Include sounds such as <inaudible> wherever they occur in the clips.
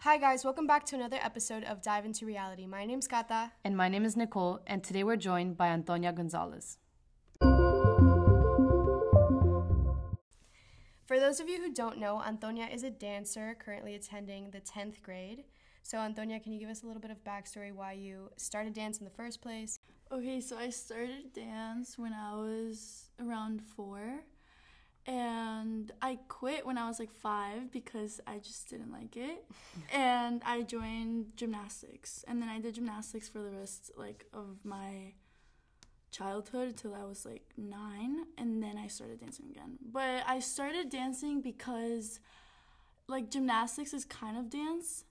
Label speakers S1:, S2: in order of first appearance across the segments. S1: Hi, guys. Welcome back to another episode of Dive Into Reality. My name's Kata.
S2: And my name is Nicole, and today we're joined by Antonia Gonzalez.
S1: For those of you who don't know, Antonia is a dancer currently attending the 10th grade. So, Antonia, can you give us a little bit of backstory why you started dance in the first place?
S3: Okay, so I started dance when I was around four, and I quit when I was like five because I just didn't like it. and I joined gymnastics, and then I did gymnastics for the rest like of my childhood until I was like nine, and then I started dancing again. But I started dancing because like gymnastics is kind of dance,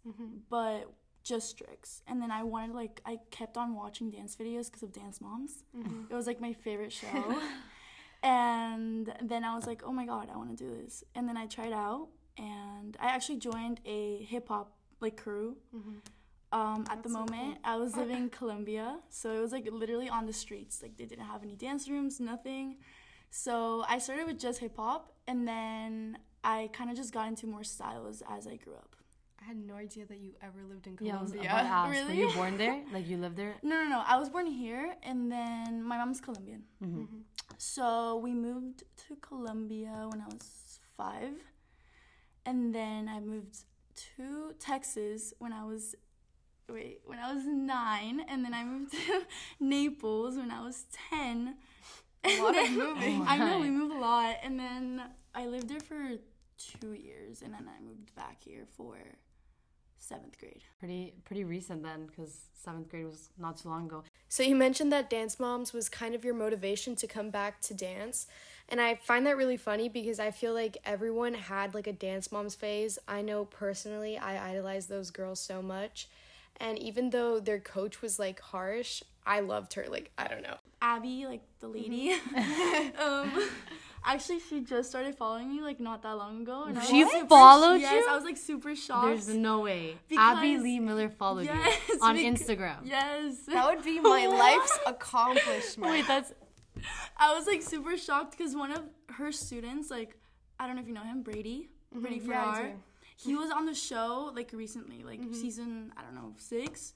S3: but just tricks. And then I wanted like I kept on watching dance videos because of Dance Moms. It was like my favorite show. and then I was like, oh my god, I want to do this. And then I tried out, and I actually joined a hip hop like crew. Um, at the moment, I was living in Colombia, so it was like literally on the streets. Like they didn't have any dance rooms, nothing. So I started with just hip hop, and then I kind of just got into more styles as I grew up.
S1: I had no idea that you ever lived in
S2: Yeah, I was
S1: Colombia.
S2: about to ask,
S3: really?
S2: Were you born there? Like you lived there?
S3: No, no, no. I was born here, and then my mom's Colombian.
S1: Mm-hmm.
S3: So we moved to Colombia when I was five, and then I moved to Texas when I was wait when I was nine, and then I moved to <laughs> Naples when I was ten.
S1: A
S3: <laughs>
S1: lot of moving.
S3: I know we
S2: my.
S3: move a lot, and then I lived there for two years, and then I moved back here for seventh grade.
S2: Pretty pretty recent then, because seventh grade was not too long ago.
S1: So you mentioned that Dance Moms was kind of your motivation to come back to dance. And I find that really funny because I feel like everyone had like a Dance Moms phase. I know personally I idolized those girls so much. And even though their coach was like harsh, I loved her. Like, I don't know.
S3: Abby, like the lady.
S1: Mm-hmm.
S3: um, actually, she just started following me like not that long ago. And I was
S2: She
S3: super-
S2: followed
S3: yes,
S2: you?
S3: I was like super shocked.
S2: There's no way. Abby
S3: Because-
S2: Lee Miller followed
S3: Yes,
S2: you on
S3: because-
S2: Instagram.
S3: yes,
S1: <laughs> That would be <laughs> my life's accomplishment.
S2: Wait, that's
S3: I was like super shocked because one of her students, like I don't know if you know him, Brady, Brady
S1: Mm-hmm. Yeah, I
S3: Farrar.
S1: do. Mm-hmm.
S3: he was on the show like recently, like season I don't know six.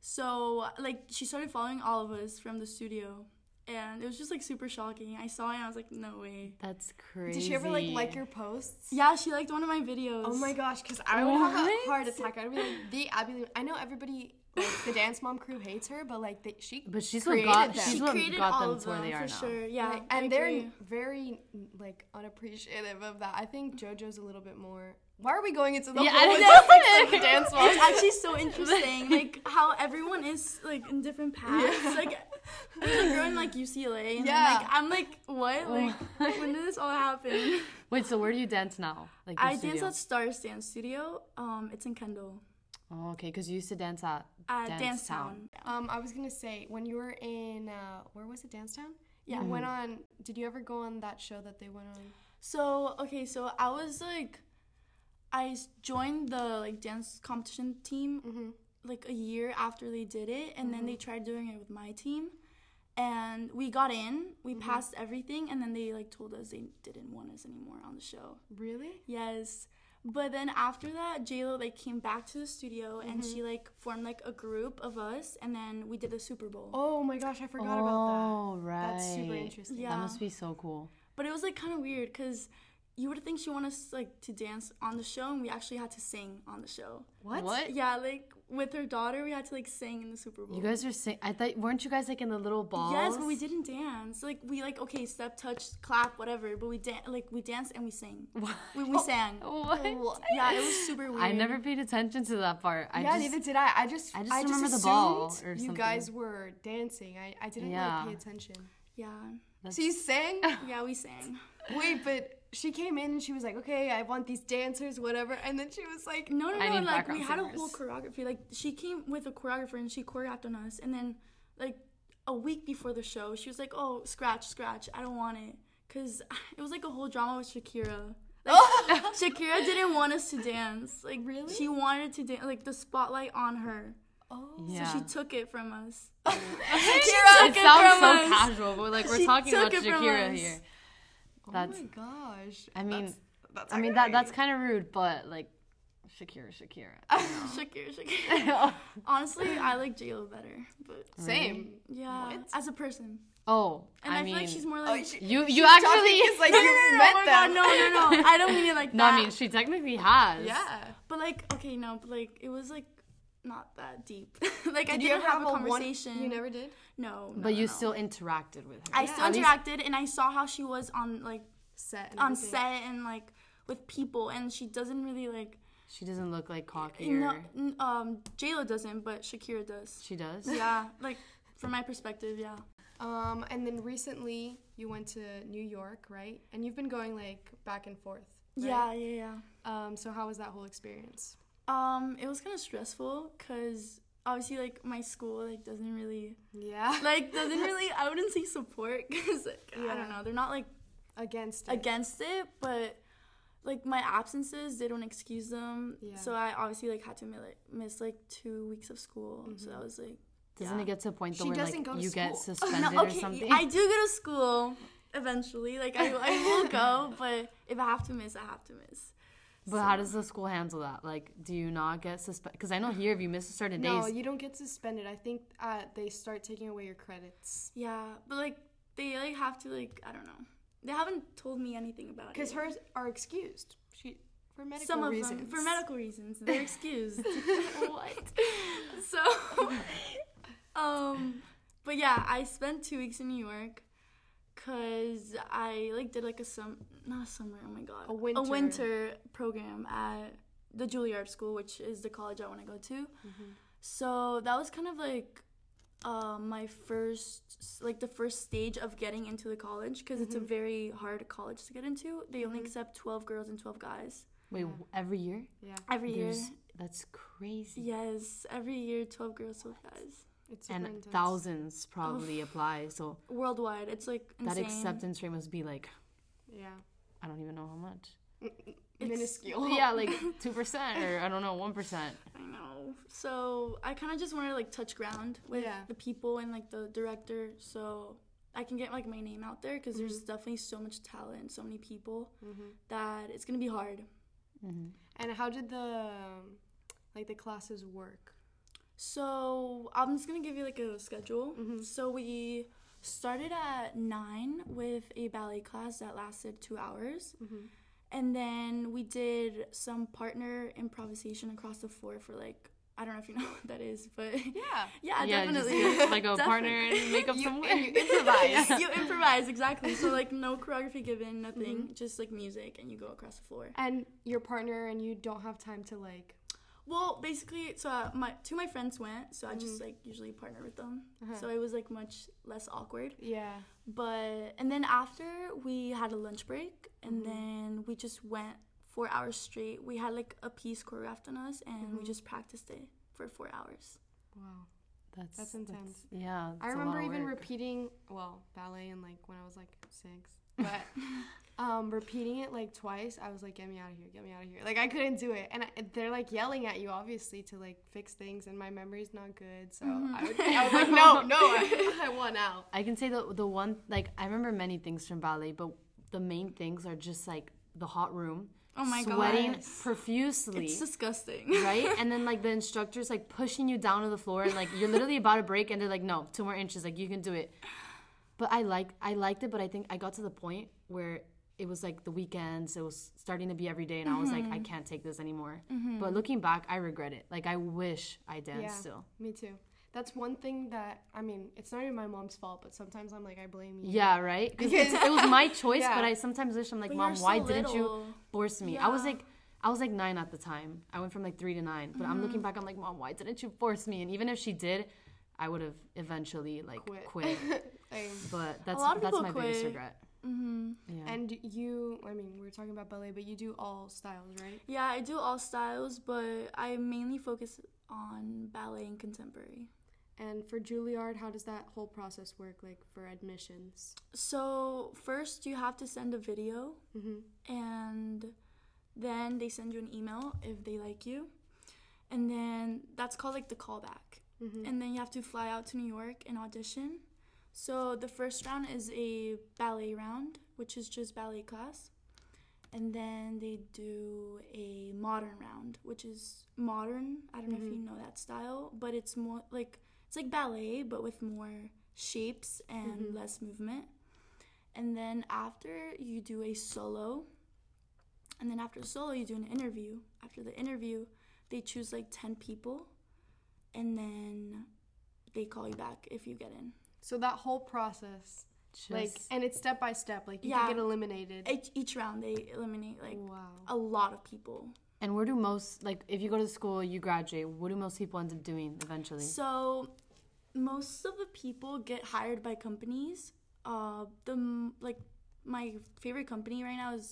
S3: So like she started following all of us from the studio, and it was just like super shocking. I saw it, and I was like, no way.
S2: that's crazy.
S1: Did she ever like like your posts?
S3: Yeah, she liked one of my videos.
S1: Oh my gosh, because I would have a
S2: What?
S1: heart attack. I'd be like, the Abby Lee. I know everybody, like, the Dance Mom crew hates her, but like, they, she.
S2: But she's what
S1: created
S2: got
S1: them.
S2: she's
S3: She
S2: what
S3: created
S2: got
S3: all
S2: them
S3: of
S2: to where they
S3: them,
S2: are
S3: for
S2: now.
S3: sure. Yeah,
S1: Like,
S3: I
S1: and they're
S3: agree.
S1: very like unappreciative of that. I think JoJo's a little bit more. Why are we going into the
S2: Yeah, I
S1: <laughs> whole
S2: don't
S1: logistics of dance
S3: It's
S1: one?
S3: <laughs>
S2: <laughs>
S3: actually so interesting, like how everyone is like
S2: <laughs>
S3: in different paths. Like there's a girl in like UCLA, and
S1: Yeah.
S3: yeah. like I'm like, what?
S2: Oh <laughs>
S3: Like when did this all happen?
S2: Wait, so where do you dance now? Like your
S3: I dance
S2: studio?
S3: at Star Dance Studio. Um, it's in Kendall.
S2: Oh, okay, because you used to dance at
S3: At
S2: Dance,
S3: Dance
S2: Town.
S3: Town.
S1: Um, I was gonna say when you were in uh, where was it, Dancetown?
S3: Yeah.
S1: you went
S2: Mm-hmm.
S1: on. Did you ever go on that show that they went on?
S3: So okay, so I was like, I s- joined the like dance competition team
S2: Mm-hmm.
S3: like a year after they did it, and then they tried doing it with my team, and we got in, we
S2: Mm-hmm.
S3: passed everything, and then they like told us they didn't want us anymore on the show.
S1: Really?
S3: Yes. But then after that, JLo like came back to the studio and
S2: Mm-hmm.
S3: she like formed like a group of us and then we did the Super Bowl.
S1: Oh my gosh, I forgot about
S2: Oh, right.
S1: that. That's super interesting.
S3: Yeah.
S2: That must be so cool.
S3: But it was like kind of weird cuz you would think she wanted us like to dance on the show and we actually had to sing on the show.
S2: What? What?
S3: Yeah, like with her daughter, we had to like sing in the Super Bowl.
S2: You guys are sing. I thought weren't you guys like in the little balls?
S3: Yes, but we didn't dance. Like we like okay, step, touch, clap, whatever, but we dan- like we danced and we sang. We, we sang.
S2: <laughs> What?
S3: Yeah, it was super weird.
S2: I never paid attention to that part. I
S1: yeah,
S2: just,
S1: neither did I. I just
S2: I just
S1: I just
S2: remember the
S1: assumed
S2: ball or
S1: you
S2: something.
S1: guys were dancing. I, I didn't
S2: Yeah.
S1: like pay attention.
S3: Yeah.
S1: So you sang?
S2: <laughs>
S3: Yeah, we sang.
S1: Wait, but she came in and she was like, "Okay, I want these dancers, whatever," and then she was like,
S3: No, no,
S2: I
S3: no.
S2: need
S3: Like we
S2: background
S3: had a
S2: singers.
S3: whole choreography. Like she came with a choreographer and she choreographed on us. And then, like a week before the show, she was like, "Oh, scratch, scratch. I don't want it," because <laughs> it was like a whole drama with Shakira. Like,
S2: <laughs>
S3: Shakira didn't want us to dance. Like
S1: Really?
S3: she wanted to dance. Like the spotlight on her,
S1: "Oh,
S2: yeah.
S3: so she took it from
S2: <laughs>
S3: us.
S2: it sounds so
S3: us.
S2: casual, but like we're
S3: She
S2: talking
S3: took
S2: about
S3: it from
S2: Shakira
S3: us.
S2: here.
S1: oh
S2: That's.
S1: my gosh."
S2: I mean,
S1: that's
S2: I mean that
S1: aggravating.
S2: that's kind of rude, but like, Shakira,
S3: <laughs>
S2: Shakira.
S3: Shakira, Shakira. Honestly, I like J-Lo better, but
S4: Same.
S3: yeah,
S4: What?
S3: as a person.
S2: Oh,
S3: And
S2: I,
S3: I,
S2: mean,
S3: feel like she's more
S4: Oh,
S3: like.
S4: she-
S2: you
S4: she's
S2: you
S4: talking,
S2: actually.
S4: it's like
S3: no,
S4: you
S3: no, no, no,
S4: met
S3: oh my
S4: them.
S3: God, no, no, no. I don't mean it
S2: <laughs>
S3: like
S2: no,
S3: that.
S2: I mean, she technically has.
S4: Yeah.
S3: But like, okay, no, but like it was like not that deep. <laughs> like I
S4: Did
S3: didn't
S4: you ever
S3: have,
S4: have
S3: a
S4: a one-
S3: conversation.
S4: You never did.
S3: No, no,
S2: But you
S3: no.
S2: still interacted with her.
S3: I
S4: Yeah,
S3: still
S2: at least-
S3: interacted and I saw how she was on like
S4: Set. and
S3: on
S4: everything.
S3: set and like with people and she doesn't really like
S2: She doesn't look like cocky.
S3: no
S2: or-
S3: n- um J Lo doesn't but
S4: <laughs>
S3: Shakira does.
S2: She does.
S3: yeah, like from my perspective, yeah.
S1: Um, and then recently you went to New York, right? And you've been going like back and forth. right?
S3: Yeah, yeah, yeah.
S1: Um, so how was that whole experience?
S3: Um, it was kind of stressful because obviously like my school like doesn't really
S1: Yeah.
S3: like doesn't really I wouldn't say support because like, I
S1: Yeah.
S3: don't know they're not like
S1: <laughs> Against it.
S3: against it, but like my absences, they don't excuse them.
S1: Yeah.
S3: So I obviously like had to mi- like, miss like two weeks of school. So
S1: Mm-hmm.
S3: that was like
S2: Doesn't it get to a point though
S1: She
S2: where
S1: doesn't
S2: like
S1: go to
S2: you get
S3: <laughs>
S1: school.
S2: suspended
S3: no,
S2: or
S3: okay.
S2: something?
S3: I do go to school eventually. Like I, I will
S2: <laughs>
S3: go, but if I have to miss, I have to miss.
S2: But how does the school handle that? Like, do you not get suspended? Because I know here if you miss a certain
S1: No,
S2: days,
S1: you don't get suspended. I think uh, they start taking away your credits.
S3: Yeah, but like they like have to like I don't know. They haven't told me anything about it.
S1: Because hers are excused. She for medical
S3: some of
S1: reasons.
S3: them for medical reasons <laughs> they're excused.
S2: what?
S3: So, <laughs> um, but yeah, I spent two weeks in New York because I like did like a sum not a summer oh my god
S1: A winter.
S3: a winter program at the Juilliard School, which is the college I want to go to.
S1: Mm-hmm.
S3: So that was kind of like uh, my first like the first stage of getting into the college because it's a very hard college to get into. They only accept twelve girls and twelve guys
S2: Wait, every year?
S1: Yeah,
S3: every year.
S2: There's- That's crazy.
S3: Yes, every year twelve girls, twelve guys.
S1: it's super
S2: And
S1: intense.
S2: thousands probably apply, so
S3: worldwide. It's like
S2: that
S3: insane.
S2: acceptance rate must be like
S1: Yeah,
S2: I don't even know how much.
S1: minuscule.
S3: Oh.
S2: yeah, like two percent or I don't know one percent.
S3: I know. So I kind of just want to like touch ground with
S1: Yeah.
S3: the people and like the director, so I can get like my name out there because
S1: Mm-hmm.
S3: there's definitely so much talent, so many people that it's gonna be hard.
S1: And how did the um, like the classes work?
S3: So I'm just gonna give you like a schedule.
S1: Mm-hmm.
S3: So we started at nine with a ballet class that lasted two hours, and then we did some partner improvisation across the floor for like I don't know if you <laughs> know what that is, but
S4: Yeah.
S3: yeah,
S2: yeah,
S3: Uh, definitely
S2: just get, like a
S3: <laughs> Definitely.
S2: partner and make up
S4: You-
S2: some
S4: and you
S2: work.
S4: improvise.
S3: <laughs> you improvise exactly. So like no choreography given, nothing,
S2: Mm-hmm.
S3: just like music, and you go across the floor.
S1: <laughs> And your partner and you don't have time to like.
S3: Well, basically, so uh, my two of my friends went, so I
S2: Mm-hmm.
S3: just like usually partner with them.
S2: Uh-huh.
S3: So it was like much less awkward.
S1: Yeah.
S3: But and then after we had a lunch break,
S2: Mm-hmm.
S3: and then we just went four hours straight. We had like a piece choreographed on us, and
S2: Mm-hmm.
S3: we just practiced it for four hours.
S1: Wow.
S2: That's
S1: That's intense.
S2: yeah,
S1: I
S2: that's a lot
S1: remember
S2: of
S1: even
S2: work.
S1: repeating well ballet and like when I was like six, but
S2: <laughs>
S1: um, repeating it like twice. I was like, get me out of here, get me out of here. Like I couldn't do it, and I, they're like yelling at you obviously to like fix things, and my memory's not good, so
S2: Mm-hmm.
S1: I, would,
S2: <laughs>
S1: I was like, no, no, I, <laughs> I want out.
S2: I can say the the one like I remember many things from ballet, but the main things are just like the hot room,
S3: Oh my God.
S2: sweating
S3: Yes.
S2: profusely,
S3: It's disgusting.
S2: right?
S3: <laughs>
S2: And then like the instructors like pushing you down to the floor, and like you're literally about to break, and they're like, "No, two more inches, like you can do it." But I like I liked it, but I think I got to the point where it was like the weekends. It was starting to be every day, and I was like,
S3: Mm-hmm.
S2: I can't take this anymore. But looking back, I regret it. Like I wish I danced still.
S1: me too. That's one thing that I mean. It's not even my mom's fault, but sometimes I'm like, I blame you.
S2: Yeah, right. Because it
S3: <laughs>
S2: was my choice,
S1: Yeah.
S2: but I sometimes wish I'm like,
S3: But
S2: mom,
S3: you're so
S2: why didn't you
S3: little."
S2: force me? I was
S3: Yeah.
S2: like, I was like nine at the time. I went from like three to nine, but I'm
S3: Mm-hmm.
S2: looking back, I'm like, mom, why didn't you force me? And even if she did, I would have eventually
S1: <laughs>
S2: like
S1: Quit.
S2: quit.
S1: <laughs>
S3: <laughs>
S2: But that's
S3: lot of
S2: that's
S3: people
S2: my biggest
S3: quit.
S2: regret. Mm-hmm. Yeah.
S1: And you, I mean, we were talking about ballet, but you do all styles, right?
S3: Yeah, I do all styles, but I mainly focus on ballet and contemporary.
S1: And for Juilliard, how does that whole process work, like for admissions?
S3: So first, you have to send a video,
S1: Mm-hmm,
S3: and then they send you an email if they like you, and then that's called like the callback.
S1: mm-hmm.
S3: And then you have to fly out to New York and audition. So the first round is a ballet round, which is just ballet class, And then they do a modern round, which is modern. I don't know if you know that style, but it's more like it's like ballet, but with more shapes and less movement. And then after you do a solo, and then after solo you do an interview. After the interview, they choose like ten people, and then they call you back if you get in.
S1: So that whole process, like,
S2: Just-
S1: and it's step by step. Like you
S3: Yeah.
S1: can get eliminated.
S3: Each, each round they eliminate like
S1: Wow.
S3: a lot of people.
S2: and where do most like if you go to school, you graduate, what do most people end up doing
S3: <laughs>
S2: eventually?
S3: So, most of the people get hired by companies. Uh, the m- like my favorite company right now is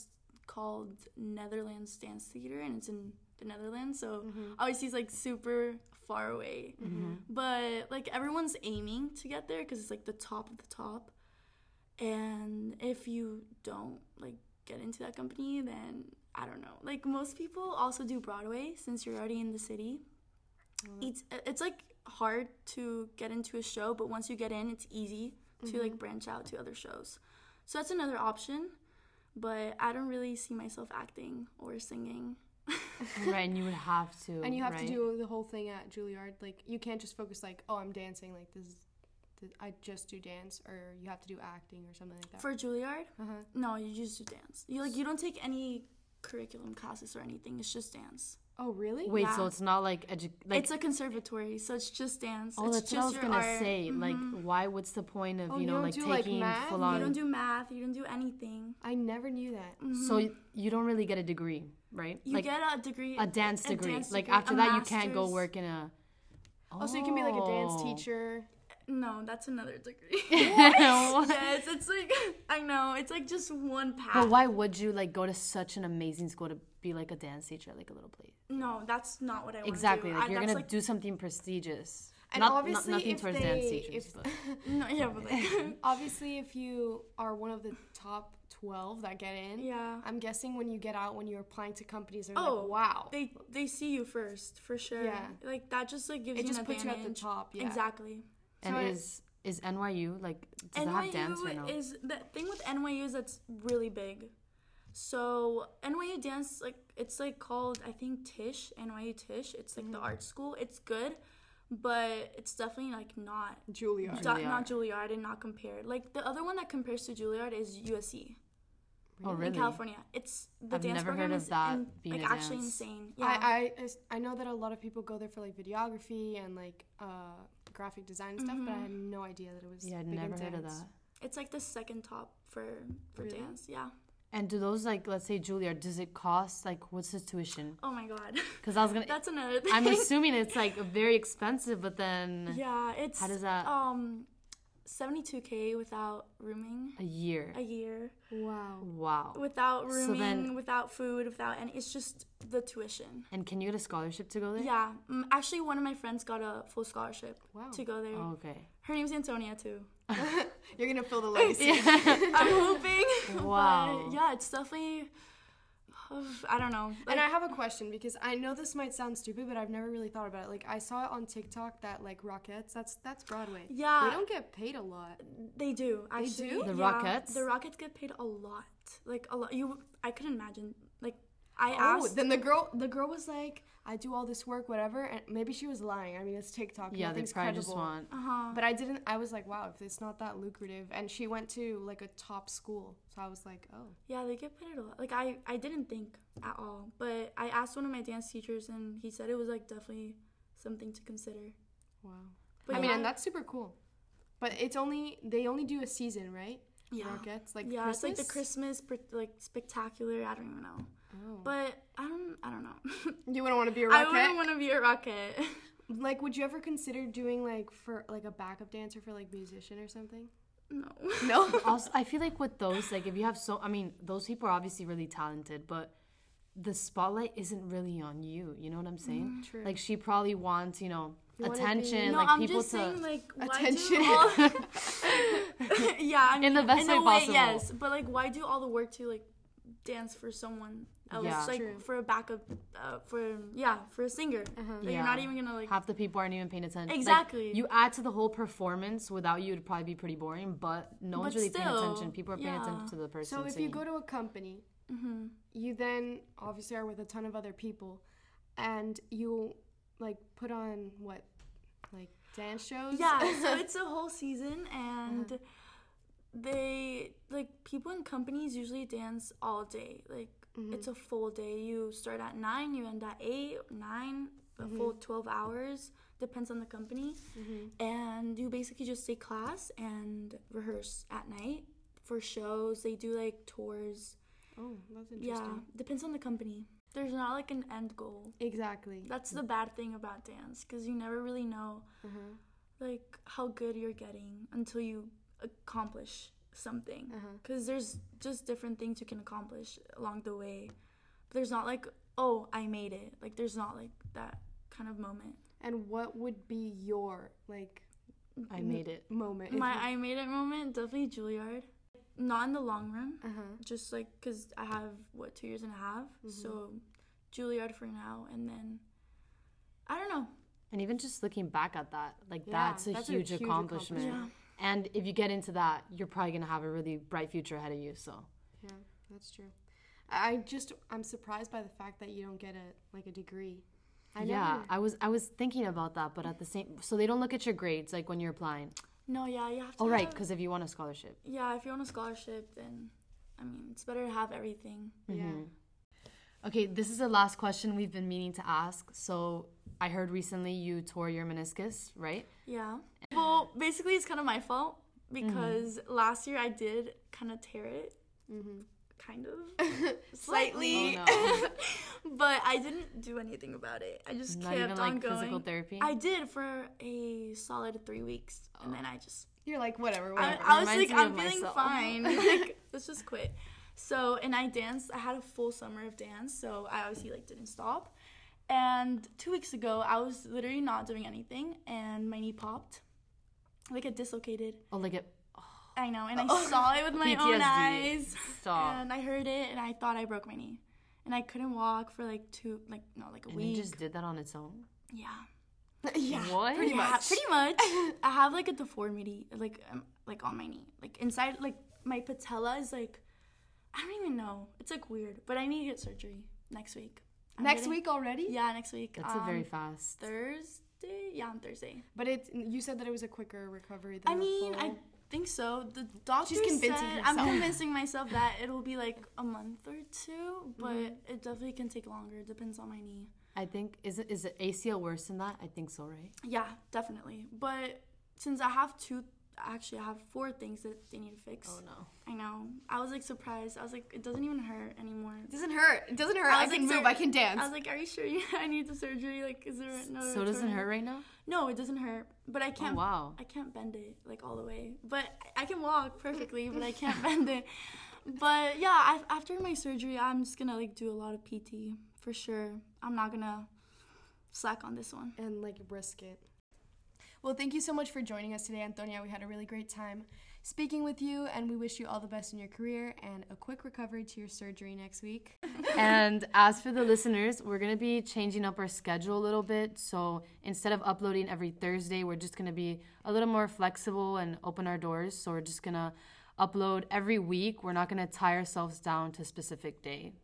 S3: called Netherlands Dance Theater, and it's in the Netherlands. So
S1: Mm-hmm,
S3: obviously it's like super far away, but like everyone's aiming to get there because it's like the top of the top. And if you don't like get into that company, then I don't know. Like most people also do Broadway since you're already in the city it's uh, it's like hard to get into a show, but once you get in, it's easy to like branch out to other shows. So that's another option, but I don't really see myself acting or singing.
S2: right, and you would have to.
S1: and you have to
S2: right?
S1: do the whole thing at Juilliard. Like you can't just focus like, oh, I'm dancing. Like this, is, th- I just do dance, or you have to do acting or something like that.
S3: For Juilliard,
S1: Uh-huh.
S2: Mm-hmm.
S3: no, you just do dance. You like you don't take any curriculum classes or anything. It's just dance.
S1: oh, really?
S2: Wait, so
S3: yeah.
S2: it's not like edu- like
S3: it's a conservatory, so it's just dance.
S2: oh,
S3: it's
S2: that's what I
S3: just
S2: was
S3: your
S2: gonna
S3: art.
S2: say. Like, why? What's the point of
S1: Mm-hmm. Oh, you
S2: you know
S1: don't
S2: like
S1: do, like,
S2: taking
S1: math?
S2: full
S1: You
S2: on?
S3: You don't do math. You don't do anything.
S1: I never knew that.
S2: so y- you don't really get a degree, right?
S3: You
S2: like
S3: get a degree,
S2: a dance degree.
S3: dance
S2: like
S3: degree,
S2: after
S3: a
S2: that, you can't go
S3: master's.
S2: work in a.
S1: Oh, so you can be like a dance
S2: Oh.
S1: teacher.
S3: No, that's another
S2: <laughs>
S3: degree. <laughs> yes, it's like I know. It's like just one path.
S2: But why would you like go to such an amazing school to be like a dance teacher, at, like a little place?
S3: No, that's not what I want.
S2: Exactly,
S3: To do.
S2: like
S3: I,
S2: you're
S3: that's
S2: gonna
S3: like,
S2: do something prestigious.
S1: And
S2: not,
S1: obviously
S2: not, nothing
S1: if
S2: towards dance
S1: they-
S2: teachers,
S1: if- <laughs>
S2: but
S3: No, yeah, but like,
S1: Obviously, if you are one of the top twelve that get in,
S3: <laughs> yeah.
S1: I'm guessing when you get out, when you're applying to companies, they're
S3: Oh,
S1: like, wow.
S3: They they see you first for sure.
S1: Yeah.
S3: Like that just like gives
S1: it
S3: you
S1: just
S3: an
S1: puts you at the
S3: advantage.
S1: top. Yeah.
S3: Exactly.
S2: and
S1: So I-
S2: is is NYU like does it have dance or no?
S3: NYU is the thing with NYU is that's really big. So NYU dance like it's like called I think Tisch NYU Tisch. It's like
S2: Mm-hmm.
S3: the art school. It's good, but it's definitely like not
S1: Juilliard.
S3: not- not Juilliard and not compared. Like the other one that compares to Juilliard is USC.
S2: oh really?
S3: in California. It's the
S2: I've
S3: dance
S2: never heard
S3: program
S2: of
S3: is
S2: that
S3: in-
S2: being
S3: like
S2: a
S3: actually
S2: dance.
S3: insane. Yeah.
S1: I, I is- I know that a lot of people go there for like videography and like uh, graphic design and stuff, but I had
S3: Mm-hmm.
S1: no idea that it was.
S2: Yeah, I'd
S1: big in
S2: never heard of
S1: dance.
S2: that.
S3: it's like the second top for for
S1: Really?
S3: dance. Yeah.
S2: And do those like let's say Juilliard? Does it cost like what's the tuition?
S3: Oh my
S2: <laughs>
S3: god.
S2: Because I was gonna.
S3: That's another thing. <laughs>
S2: I'm assuming it's like very expensive, but then
S3: yeah, it's
S2: how does that
S3: um 72k without rooming
S2: a year?
S3: a year,
S1: Wow.
S2: Wow.
S3: without rooming,
S2: So then-
S3: without food, without any it's just the tuition.
S2: And can you get a scholarship to go there?
S3: Yeah. Mm, Actually, one of my friends got a full scholarship
S1: Wow.
S3: to go there.
S2: Oh, okay.
S3: Her name's Antonia too.
S1: You're gonna fill the
S3: <laughs>
S1: legacy.
S3: I'm hoping. <laughs> but
S2: Wow.
S3: yeah, it's definitely <sighs> I don't know.
S1: and I have a question because I know this might sound stupid, but I've never really thought about it. Like I saw it on TikTok that like Rockettes, that's that's Broadway.
S3: Yeah.
S1: They don't get paid a lot.
S3: They do. Actually.
S1: do?
S2: The
S3: Yeah.
S2: Rockettes?
S3: The Rockets get paid a lot. Like a lot. You, I couldn't imagine. Like I
S1: Oh,
S3: asked.
S1: then the girl the girl was like, I do all this work, whatever, and maybe she was lying. I mean, it's TikTok.
S2: Yeah, they
S1: nothing's
S2: probably just
S1: credible.
S2: want.
S3: uh-huh.
S1: But I didn't. I was like, wow, if it's not that lucrative, and she went to like a top school, so I was like, oh,
S3: Yeah, they get paid a lot. Like I, I didn't think at all. But I asked one of my dance teachers, and he said it was like definitely something to consider.
S1: wow.
S3: But
S1: I mean,
S3: yeah.
S1: and that's super cool. But it's only they only do a season, right?
S3: Yeah.
S1: Rockets like
S3: yeah,
S1: Christmas?
S3: it's like the Christmas, pr- like spectacular. I don't even know.
S1: Oh.
S3: But I don't, I don't know.
S1: You wouldn't want to be a
S3: I
S1: rocket.
S3: wouldn't want to be a rocket. <laughs>
S1: like, would you ever consider doing like for like a backup dancer for like musician or something?
S3: no.
S1: No.
S2: Also, I feel like with those, like if you have so, I mean, those people are obviously really talented, but the spotlight isn't really on you. You know what I'm saying?
S3: Mm,
S1: True.
S2: Like she probably wants, you know,
S1: wanna
S2: attention,
S1: be-
S3: No,
S2: like
S3: I'm
S2: people
S3: just
S2: to.
S3: saying, like, why
S1: Attention.
S3: do all... <laughs> yeah, I mean,
S2: the best
S3: in a
S2: way
S3: way,
S2: possible.
S3: Yes, but like, why do all the work to like dance for someone else,
S2: Yeah.
S3: like
S1: True.
S3: for a backup, uh, for yeah, for a singer
S1: Uh-huh.
S3: that you're not
S2: Yeah.
S3: even gonna like.
S2: half the people aren't even paying attention. Like,
S3: Exactly.
S2: you add to the whole performance. Without you, it'd probably be pretty boring. But no one's
S3: But
S2: really paying
S3: still,
S2: attention. People are paying
S3: yeah.
S2: attention to the person.
S1: so if you
S2: singing.
S1: go to a company
S2: <laughs>
S3: Mm-hmm.
S4: you then obviously are with a ton of other people and you like put on what like dance shows
S3: Yeah,
S4: <laughs>
S3: so it's a whole season, and
S2: Uh-huh.
S3: they like people in companies usually dance all day. Like
S2: Mm-hmm.
S4: Mm-hmm.
S3: it's a full day. You start at nine, you end at eight, nine, a
S2: Mm-hmm.
S3: full twelve hours. Depends on the company,
S4: Mm-hmm.
S3: and you basically just take class and rehearse at night for shows. They do like tours.
S4: oh that's
S3: Yeah,
S4: interesting
S3: depends on the company. There's not like an end goal.
S4: exactly
S3: That's
S2: Mm.
S3: the bad thing about dance because you never really know
S4: Uh-huh.
S3: like how good you're getting until you accomplish something.
S4: Uh-huh.
S3: Because there's just different things you can accomplish along the way. There's not like oh I made it. Like there's not like that kind of moment.
S4: and what would be your like
S2: I made it.
S4: moment if
S3: My
S4: you-
S3: I made it moment definitely Juilliard. Not in the long run,
S4: uh-huh
S3: just like because I have what two years and a half.
S4: Mm-hmm.
S3: So Juilliard for now, and then I don't know.
S2: And even just looking back at that, like
S4: Yeah,
S2: that's, a,
S4: that's a
S2: huge
S4: huge
S2: accomplishment.
S3: accomplishment.
S2: And if you get into that, you're probably gonna have a really bright future ahead of you. So
S4: yeah that's true i I just i'm surprised by the fact that you don't get a like a degree i
S2: yeah,
S4: never-
S2: I was I was thinking about that, but at the same, so they don't look at your grades like when you're applying.
S3: No, yeah, you have to.
S2: Oh right,
S3: have-
S2: because if you want a scholarship,
S3: Yeah, if you're on a scholarship, then I mean, it's better to have everything.
S4: yeah
S2: Mm-hmm. Okay, this is the last question we've been meaning to ask. So I heard recently you tore your meniscus, right?
S3: Yeah. Well, basically, it's kind of my fault because
S2: Mm-hmm.
S3: last year I did kind of tear it. Kind
S2: <laughs>
S3: of. Slightly.
S2: Oh
S3: <laughs> But I didn't do anything about it. I just
S2: no, not
S3: kept
S2: even
S3: on
S2: like
S3: going.
S2: physical therapy.
S3: I did for a solid three weeks.
S2: Oh.
S3: And then I just
S4: you're like whatever
S3: I,
S4: whatever
S3: I was
S2: Reminds
S3: like,
S2: me
S3: I'm
S2: of
S3: feeling
S2: myself. <laughs>
S3: fine. like, let's just quit. So, and I danced. I had a full summer of dance, so I obviously like didn't stop. And two weeks ago, I was literally not doing anything, and my knee popped, like it dislocated.
S2: oh, like it.
S3: I know, and I
S2: Oh.
S3: saw it with my own
S2: PTSD.
S3: eyes,
S2: Stop.
S3: and I heard it, and I thought I broke my knee, and I couldn't walk for like two, like no, like a
S2: And you
S3: week.
S2: just did that on its own.
S3: yeah.
S4: <laughs> yeah
S2: What?
S3: Pretty much. Pretty much. <laughs> I have like a deformity, like um, like on my knee, like inside, like my patella is like, I don't even know. It's like weird, but I need to get surgery next week. I'm
S4: next
S3: getting-
S4: week already
S3: Yeah, next week.
S2: That's a very
S3: on
S2: fast.
S3: Thursday. Yeah, on Thursday.
S4: but it's you said that it was a quicker recovery than
S3: I
S4: the
S3: mean, I
S4: full.
S3: think so. The doctor
S4: convincing
S3: said I'm
S4: herself.
S3: convincing myself that it'll be like a month or two, but it definitely can take longer. It depends on my knee.
S2: I think is it is it ACL worse than that? I think so, right?
S3: Yeah, definitely. But since I have two, actually, I have four things that they need to fix.
S2: no.
S3: I know. I was like surprised. I was like, it doesn't even hurt anymore.
S4: It doesn't hurt. It doesn't hurt.
S3: I
S4: I,
S3: was
S4: can
S3: like,
S4: move.
S3: "Mar-
S4: I can dance.
S3: I was like, are you sure you, <laughs> I need the surgery? Like, is there no?
S2: so does it
S3: return?"
S2: hurt right now?
S3: No, it doesn't hurt. But I can't.
S2: Oh wow.
S3: I can't bend it like all the way. But I I can walk perfectly, but I can't bend
S2: <laughs>
S3: it. But yeah, I, after my surgery, I'm just gonna like do a lot of PT for sure. I'm not gonna slack on this one.
S4: and like risk it. Well, thank you so much for joining us today, Antonia. We had a really great time speaking with you, and we wish you all the best in your career and a quick recovery to your surgery next week.
S2: and as for the listeners, we're gonna be changing up our schedule a little bit. So instead of uploading every Thursday, we're just gonna be a little more flexible and open our doors. So we're just gonna upload every week. We're not gonna tie ourselves down to a specific day.